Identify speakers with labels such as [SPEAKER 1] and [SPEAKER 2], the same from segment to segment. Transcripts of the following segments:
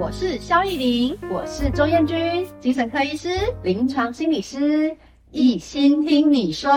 [SPEAKER 1] 我是肖艺玲，
[SPEAKER 2] 我是周燕君，
[SPEAKER 1] 精神科医师，
[SPEAKER 2] 临床心理师，
[SPEAKER 1] 一心听你说。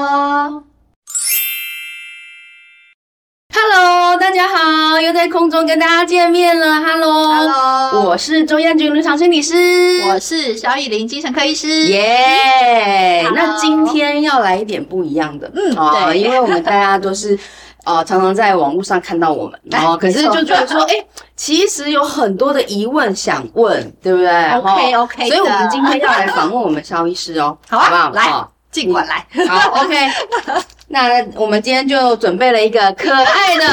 [SPEAKER 1] Hello，
[SPEAKER 2] 大家好，又在空中跟大家见面了。Hello，,
[SPEAKER 1] Hello，
[SPEAKER 2] 我是周燕君，临床心理师，
[SPEAKER 1] 我是肖艺玲，精神科医师。
[SPEAKER 2] 耶、
[SPEAKER 1] Hello 哦
[SPEAKER 2] 那今天要来一点不一样的，嗯
[SPEAKER 1] 对
[SPEAKER 2] 因为我们大家都 是。呃，常常在网络上看到我们，然后可是
[SPEAKER 1] 哎没错
[SPEAKER 2] 就觉得说，哎、其实有很多的疑问想问，对不对
[SPEAKER 1] OK
[SPEAKER 2] 哦
[SPEAKER 1] OK，
[SPEAKER 2] 所以我们今天要来访问我们肖医师哦，
[SPEAKER 1] 好
[SPEAKER 2] 好不
[SPEAKER 1] 啊，
[SPEAKER 2] 好？
[SPEAKER 1] 来
[SPEAKER 2] 哦，
[SPEAKER 1] 尽管来。
[SPEAKER 2] 好，OK。那我们今天就准备了一个可爱 的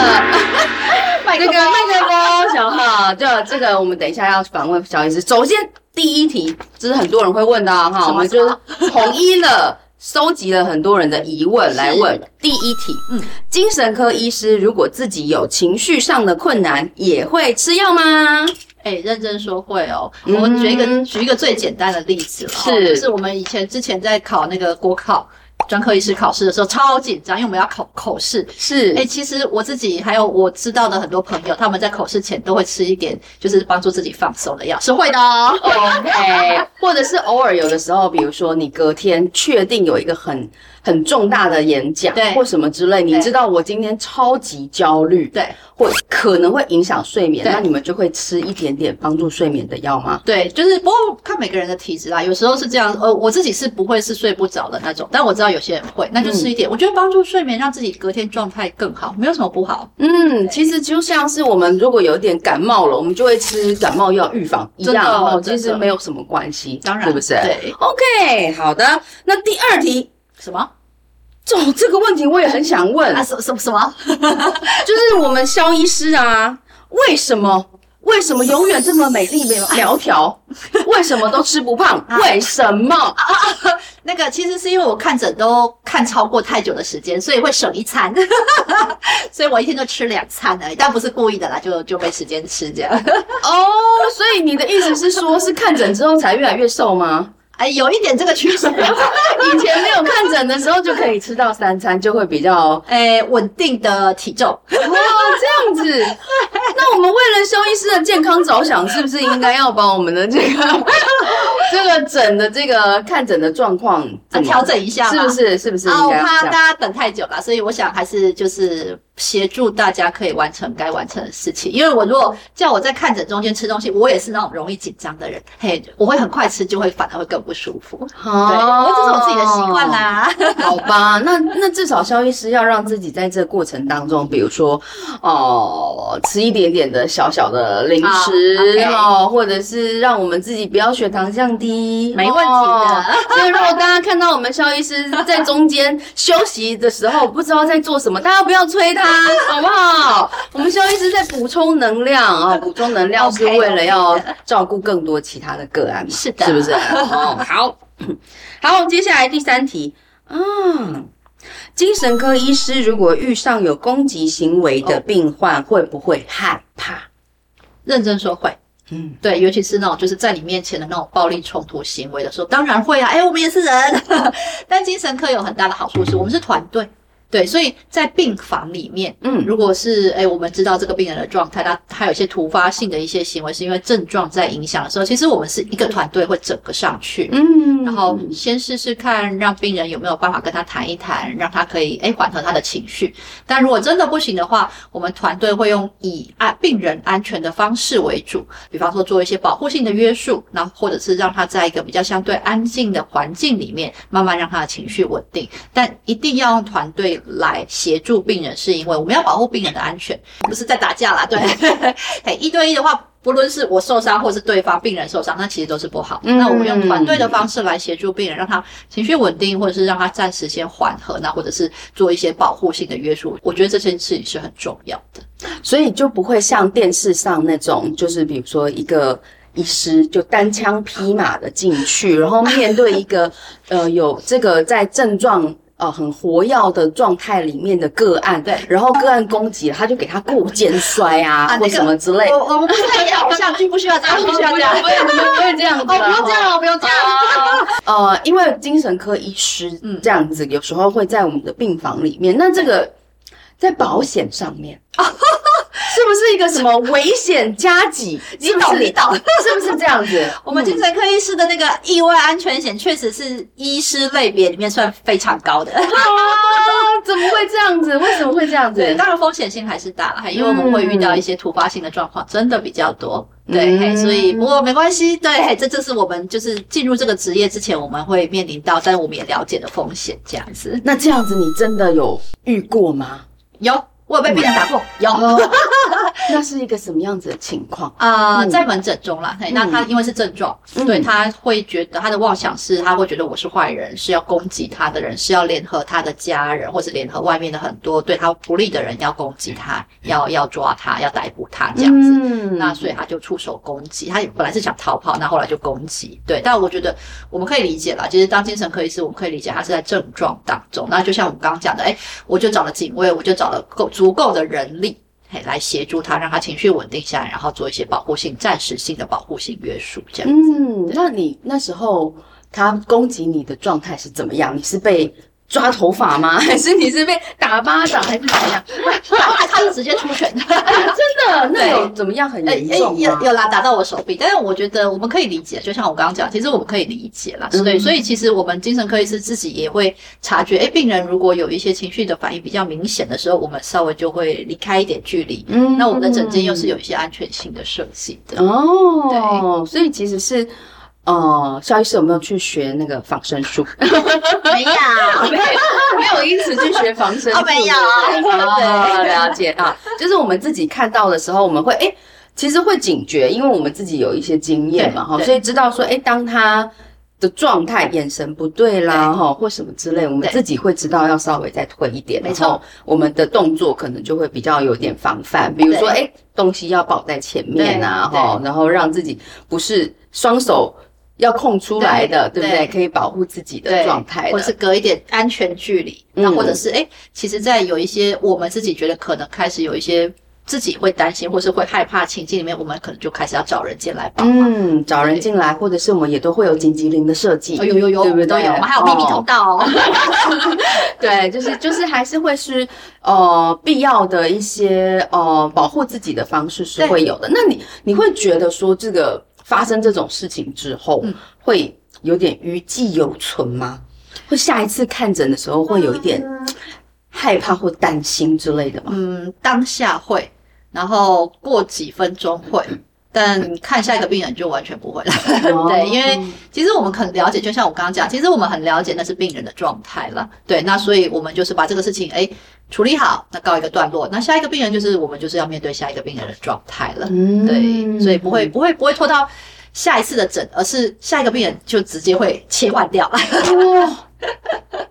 [SPEAKER 1] 麦
[SPEAKER 2] 这个麦克风小号，就这个我们等一下要访问小医师。首先第一题，这是很多人会问的哦哈，
[SPEAKER 1] 什么
[SPEAKER 2] 我们就是统一了。收集了很多人的疑问来问。第一题，
[SPEAKER 1] 嗯
[SPEAKER 2] 嗯，精神科医师如果自己有情绪上的困难，也会吃药吗？
[SPEAKER 1] 哎、认真说会哦。
[SPEAKER 2] 嗯
[SPEAKER 1] 我们举一个举一个最简单的例子了哦、就
[SPEAKER 2] 是
[SPEAKER 1] 是我们以前之前在考那个国考专科医师考试的时候超紧张，因为我们要考口试。
[SPEAKER 2] 是
[SPEAKER 1] 哎、其实我自己还有我知道的很多朋友，他们在口试前都会吃一点，就是帮助自己放松的药，是会的哦。
[SPEAKER 2] OK，或者是偶尔有的时候，比如说你隔天确定有一个很很重大的演讲，
[SPEAKER 1] 对
[SPEAKER 2] 或什么之类，你
[SPEAKER 1] 对
[SPEAKER 2] 知道我今天超级焦虑，
[SPEAKER 1] 对
[SPEAKER 2] 或可能会影响睡眠，
[SPEAKER 1] 对
[SPEAKER 2] 那你们就会吃一点点帮助睡眠的药吗？
[SPEAKER 1] 对，就是不过看每个人的体质啦，有时候是这样。呃，我自己是不会是睡不着的那种，但我知道有些人会，那就吃一
[SPEAKER 2] 嗯
[SPEAKER 1] 点。我觉得帮助睡眠，让自己隔天状态更好，没有什么不好。
[SPEAKER 2] 嗯，其实就像是我们如果有点感冒了，我们就会吃感冒药预防一
[SPEAKER 1] 真的
[SPEAKER 2] 样，哦，
[SPEAKER 1] 真
[SPEAKER 2] 其
[SPEAKER 1] 的
[SPEAKER 2] 实没有什么关系，
[SPEAKER 1] 当然，
[SPEAKER 2] 是不是
[SPEAKER 1] 对，
[SPEAKER 2] ？OK，好的。那第二题，
[SPEAKER 1] 什么？
[SPEAKER 2] 哦，这个问题我也很想问，
[SPEAKER 1] 啊，什什什么？
[SPEAKER 2] 就是我们肖医师啊，为什么为什么永远这么美丽 苗条？为什么都吃不 胖？为什么？
[SPEAKER 1] 那个其实是因为我看诊都看超过太久的时间，所以会省一餐， 所以我一天就吃两餐而已，但不是故意的啦，就就没时间吃这样。
[SPEAKER 2] 哦，所以你的意思是说，是看诊之后才越来越瘦吗？
[SPEAKER 1] 哎，有一点这个趋 势，
[SPEAKER 2] 以前没有看诊的时候就可以吃到三餐，就会比较哦
[SPEAKER 1] 哎，稳定的体重。
[SPEAKER 2] 这样子。那我们为了肖医师的健康着想，是不是应该要把我们的这个这个诊的这个看诊的状况
[SPEAKER 1] 啊，
[SPEAKER 2] 怎么
[SPEAKER 1] 调？整一下吧，
[SPEAKER 2] 是不是？是不是
[SPEAKER 1] 啊，
[SPEAKER 2] 应
[SPEAKER 1] 我
[SPEAKER 2] 该要
[SPEAKER 1] 怕
[SPEAKER 2] 这
[SPEAKER 1] 大
[SPEAKER 2] 样？
[SPEAKER 1] 家等太久了，所以我想还是就是协助大家可以完成该完成的事情。因为我如果叫我在看诊中间吃东西，我也是那种容易紧张的人，嘿，我会很快吃，就会反而会更不舒服。对，
[SPEAKER 2] 哦
[SPEAKER 1] 我这是我自己的习惯 啦。
[SPEAKER 2] 好吧，那那至少肖医师要让自己在这过程当中，比如说，哦、吃一点点的小小的零食
[SPEAKER 1] 啊，OK
[SPEAKER 2] 哦、或者是让我们自己不要血糖降低，
[SPEAKER 1] 没问题的
[SPEAKER 2] 哦 所以如果大家看到我们肖医师在中间休息的时候，不知道在做什么，大家不要催他，好不好？我们肖医师在补充能量啊，补充能量是
[SPEAKER 1] OK，OK
[SPEAKER 2] 为了要照顾更多其他的个案嘛，
[SPEAKER 1] 是的
[SPEAKER 2] 是不是？哦，好。 好，接下来第三题啊，精神科医师如果遇上有攻击行为
[SPEAKER 1] 哦
[SPEAKER 2] 的病患，会不会害怕？
[SPEAKER 1] 认真说会。
[SPEAKER 2] 嗯，
[SPEAKER 1] 对，尤其是那种就是在你面前的那种暴力冲突行为的时候，当然会啊，哎，我们也是人。 但精神科有很大的好处是，我们是团队，对，所以在病房里面，
[SPEAKER 2] 嗯
[SPEAKER 1] 如果是哎，我们知道这个病人的状态，他他有一些突发性的一些行为，是因为症状在影响的时候，其实我们是一个团队会整个上去，
[SPEAKER 2] 嗯，
[SPEAKER 1] 然后先试试看，让病人有没有办法跟他谈一谈，让他可以诶缓和他的情绪。但如果真的不行的话，我们团队会用以安病人安全的方式为主，比方说做一些保护性的约束，那或者是让他在一个比较相对安静的环境里面，慢慢让他的情绪稳定。但一定要用团队来协助病人，是因为我们要保护病人的安全，不是在打架 啦。对，哎，一对一的话。不论是我受伤，或是对方病人受伤，那其实都是不好。
[SPEAKER 2] 嗯
[SPEAKER 1] 那我们用团队的方式来协助病人，让他情绪稳定，或者是让他暂时先缓和，那或者是做一些保护性的约束。我觉得这件事情是很重要的。
[SPEAKER 2] 所以就不会像电视上那种，就是比如说一个。医师就单枪匹马的进去，然后面对一个 呃有这个在症状呃很活跃的状态里面的个案，
[SPEAKER 1] 对
[SPEAKER 2] 然后个案攻击了，他就给他过肩摔啊
[SPEAKER 1] 啊
[SPEAKER 2] 或
[SPEAKER 1] 那个
[SPEAKER 2] 什么之类 的，
[SPEAKER 1] 我我们不需要演偶像剧，不需要这样，不需要这 样。
[SPEAKER 2] 不会不会不会这样子
[SPEAKER 1] 哦，
[SPEAKER 2] 啊，
[SPEAKER 1] 不用这样，不用这样。
[SPEAKER 2] 呃，因为精神科医师
[SPEAKER 1] 嗯
[SPEAKER 2] 这样子，
[SPEAKER 1] 哦
[SPEAKER 2] 有时候会在我们的病房里面。那这个在保险上面，是不是一个什么危险加急？
[SPEAKER 1] 你懂
[SPEAKER 2] 是不是
[SPEAKER 1] 你懂嗯
[SPEAKER 2] 是不是这样子？嗯
[SPEAKER 1] 我们精神科医师的那个意外安全险，确实是医师类别里面算非常高的。
[SPEAKER 2] 啊，怎么会这样子？为什么会这样子？
[SPEAKER 1] 对，当然风险性还是大了，还因为我们会遇到一些突发性的状况，真的比较多。对，
[SPEAKER 2] 嗯
[SPEAKER 1] 嘿所以不过没关系，对，嘿这就是我们就是进入这个职业之前我们会面临到，但我们也了解的风险这样子。
[SPEAKER 2] 那这样子你真的有遇过吗？
[SPEAKER 1] 有，我有被病人打过，有。
[SPEAKER 2] 哦，那是一个什么样子的情况？
[SPEAKER 1] 啊、
[SPEAKER 2] 嗯
[SPEAKER 1] 在门诊中啦，嘿那他因为是症状，
[SPEAKER 2] 嗯
[SPEAKER 1] 对他会觉得他的妄想是，他会觉得我是坏人，是要攻击他的人，是要联合他的家人，或是联合外面的很多对他不利的人要攻击他，要要抓他，要逮捕他这样子。
[SPEAKER 2] 嗯
[SPEAKER 1] 那所以他就出手攻击，他也本来是想逃跑，那后来就攻击。对，但我觉得我们可以理解啦，其实当精神科医师，我们可以理解他是在症状当中。那就像我们刚刚讲的，哎，我就找了警卫，我就找了够足够的人力。嘿，来协助他，让他情绪稳定下来，然后做一些保护性、暂时性的保护性约束，这样。
[SPEAKER 2] 嗯，那你那时候他攻击你的状态是怎么样？你是被抓头发吗？ 还是你是被打巴掌，还是怎么样？
[SPEAKER 1] 后来他就直接出拳，
[SPEAKER 2] 真的，那
[SPEAKER 1] 对
[SPEAKER 2] 有怎么样很
[SPEAKER 1] 哎
[SPEAKER 2] 严重啊
[SPEAKER 1] 有
[SPEAKER 2] 吗？
[SPEAKER 1] 有啦，打到我手臂，但是我觉得我们可以理解，就像我刚刚讲，其实我们可以理解啦，所以、
[SPEAKER 2] 嗯
[SPEAKER 1] 所以其实我们精神科医师自己也会察觉，哎，病人如果有一些情绪的反应比较明显的时候，我们稍微就会离开一点距离。
[SPEAKER 2] 嗯
[SPEAKER 1] 那我们的诊间又是有一些安全性的设计的，
[SPEAKER 2] 哦，所以其实是。呃，肖医师有没有去学那个防身术？
[SPEAKER 1] 没有，
[SPEAKER 2] 没有，没有因此去学防身
[SPEAKER 1] 哦没有
[SPEAKER 2] 哦
[SPEAKER 1] 对
[SPEAKER 2] 了解啊，就是我们自己看到的时候，我们会哎、诶其实会警觉，因为我们自己有一些经验嘛，
[SPEAKER 1] 对
[SPEAKER 2] 哈，
[SPEAKER 1] 对
[SPEAKER 2] 所以知道说，哎、当他的状态、眼神不对啦，哈，或什么之类，我们
[SPEAKER 1] 对
[SPEAKER 2] 自己会知道要稍微再退一点，
[SPEAKER 1] 没错，
[SPEAKER 2] 我们的动作可能就会比较有点防范，比如说，哎、
[SPEAKER 1] 对
[SPEAKER 2] 东西要保在前面啊，
[SPEAKER 1] 对
[SPEAKER 2] 哈，然后让自己不是双手。要空出来的，对
[SPEAKER 1] 对
[SPEAKER 2] 不对？可以保护自己的
[SPEAKER 1] 对
[SPEAKER 2] 状态的，
[SPEAKER 1] 或者是隔一点安全距离，那
[SPEAKER 2] 嗯
[SPEAKER 1] 或者是哎、诶其实，在有一些我们自己觉得可能开始有一些自己会担心或是会害怕情境里面，我们可能就开始要找人进来帮忙。
[SPEAKER 2] 嗯，找人进来，或者是我们也都会有紧急铃的设计，
[SPEAKER 1] 哦有有有，
[SPEAKER 2] 对不对？
[SPEAKER 1] 都有，我们还有秘密通
[SPEAKER 2] 哦
[SPEAKER 1] 道哦。
[SPEAKER 2] 对，就是就是还是会是呃必要的一些呃保护自己的方式是
[SPEAKER 1] 对
[SPEAKER 2] 会有的。那你你会觉得说这个发生这种事情之后，
[SPEAKER 1] 嗯
[SPEAKER 2] 会有点余悸犹存吗？会下一次看诊的时候会有一点害怕或担心之类的吗？
[SPEAKER 1] 嗯，当下会，然后过几分钟会，但看下一个病人就完全不会了。
[SPEAKER 2] 哦
[SPEAKER 1] 对，因为其实我们很了解，就像我刚刚讲，其实我们很了解那是病人的状态了。对，那所以我们就是把这个事情哎处理好，那告一个段落。那下一个病人就是我们就是要面对下一个病人的状态了。
[SPEAKER 2] 嗯
[SPEAKER 1] 对，所以不会不会不会拖到下一次的诊，而是下一个病人就直接会切换掉。
[SPEAKER 2] 哇，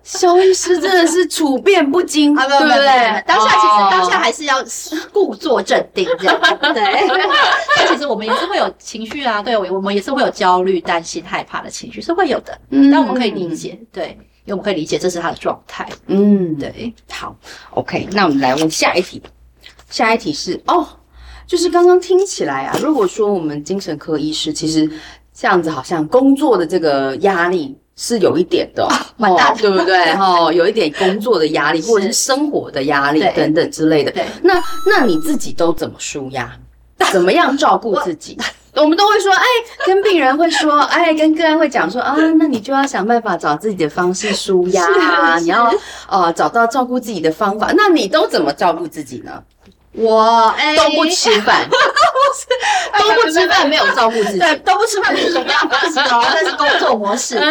[SPEAKER 2] 肖医师真的是处变不惊，
[SPEAKER 1] 啊，
[SPEAKER 2] 对
[SPEAKER 1] 没有
[SPEAKER 2] 不
[SPEAKER 1] 没有没有没有
[SPEAKER 2] 对？
[SPEAKER 1] 当下其实
[SPEAKER 2] 哦
[SPEAKER 1] 当下还是要故作镇定这 样，对。但其实我们也是会有情绪啊，对，我我们也是会有焦虑、担心、害怕的情绪是会有的，
[SPEAKER 2] 嗯
[SPEAKER 1] 但我们可以理。解，对，因为我们可以理解这是他的状态，
[SPEAKER 2] 嗯，对，
[SPEAKER 1] 对。
[SPEAKER 2] 好，OK，那我们来问下一题。下一题是哦，就是刚刚听起来啊，如果说我们精神科医师其实这样子，好像工作的这个压力。是有一点的哦，
[SPEAKER 1] 蛮大的
[SPEAKER 2] 哦对 不对？哈、有一点工作的压力，
[SPEAKER 1] 是
[SPEAKER 2] 或者是生活的压力
[SPEAKER 1] 对
[SPEAKER 2] 等等之类的。
[SPEAKER 1] 对，
[SPEAKER 2] 那那你自己都怎么舒 压？怎么样照顾自己？我们都会说，哎，跟病人会说， 哎，跟个案会讲说啊，那你就要想办法找自己的方式舒压啊，
[SPEAKER 1] 是
[SPEAKER 2] 你要呃找到照顾自己的方法。那你都怎么照顾自己呢？
[SPEAKER 1] 我哎
[SPEAKER 2] 都不吃 饭，都不吃饭，没有照顾自己。
[SPEAKER 1] 对，都不吃饭是什么样的方式 哦？那是工作模式，对。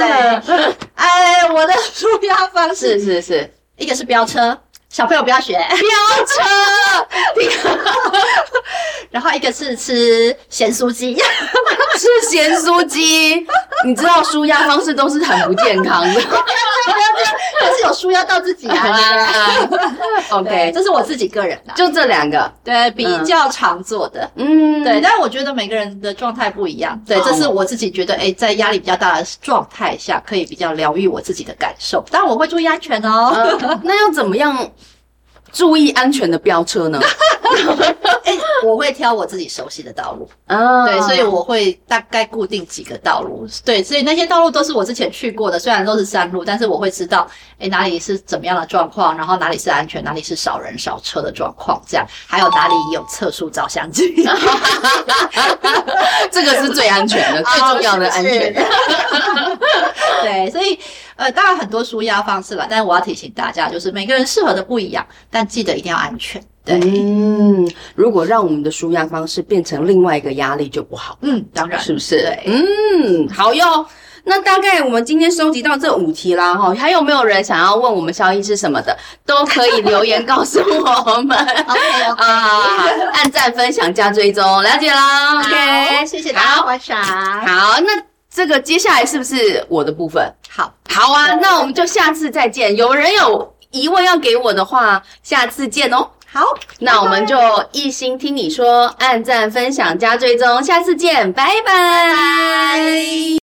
[SPEAKER 1] 哎，我的舒压方式
[SPEAKER 2] 是是是，
[SPEAKER 1] 一个是飙车，小朋友不要学飙车， 然后一个是吃咸酥鸡，
[SPEAKER 2] 吃咸酥鸡，你知道舒压方式都是很不健康 的。
[SPEAKER 1] 但是有舒压到自己啊。对，
[SPEAKER 2] OK，
[SPEAKER 1] 这是我自己个人的、嗯
[SPEAKER 2] 就这两个，
[SPEAKER 1] 对，比较常做的。
[SPEAKER 2] 嗯，
[SPEAKER 1] 对，但我觉得每个人的状态不一样。对，这是我自己觉得，哎，在压力比较大的状态下，可以比较疗愈我自己的感受。当然我会注意安全哦。
[SPEAKER 2] 呃那要怎么样注意安全的飙车呢？
[SPEAKER 1] 哎、我会挑我自己熟悉的道路，
[SPEAKER 2] 啊
[SPEAKER 1] 对，所以我会大概固定几个道路，对，所以那些道路都是我之前去过的，虽然都是山路，但是我会知道，诶，哪里是怎么样的状况，然后哪里是安全，哪里是少人少车的状况，这样，还有哪里有测速照相机，
[SPEAKER 2] 这个是最安全的、最重要的安全。
[SPEAKER 1] 对，所以呃，当然很多舒压方式啦，但是我要提醒大家，就是每个人适合的不一样，但记得一定要安全，对，
[SPEAKER 2] 嗯，如果让我们的舒压方式变成另外一个压力就不好，
[SPEAKER 1] 嗯，当然
[SPEAKER 2] 是不是？
[SPEAKER 1] 对
[SPEAKER 2] 嗯，好哟。那大概我们今天收集到这五题啦，哈，还有没有人想要问我们肖医师什么的，都可以留言告诉我们
[SPEAKER 1] ，OK
[SPEAKER 2] 啊，按赞、分享加追踪，了解啦。OK，
[SPEAKER 1] 谢谢大家
[SPEAKER 2] 好
[SPEAKER 1] 观赏，
[SPEAKER 2] 好，那这个接下来是不是我的部分？
[SPEAKER 1] 好，
[SPEAKER 2] 好啊，那我们就下次再见。有人有疑问要给我的话，下次见哦。
[SPEAKER 1] 好，
[SPEAKER 2] 那我们就一心听你说，按赞、分享、加追踪，下次见，拜拜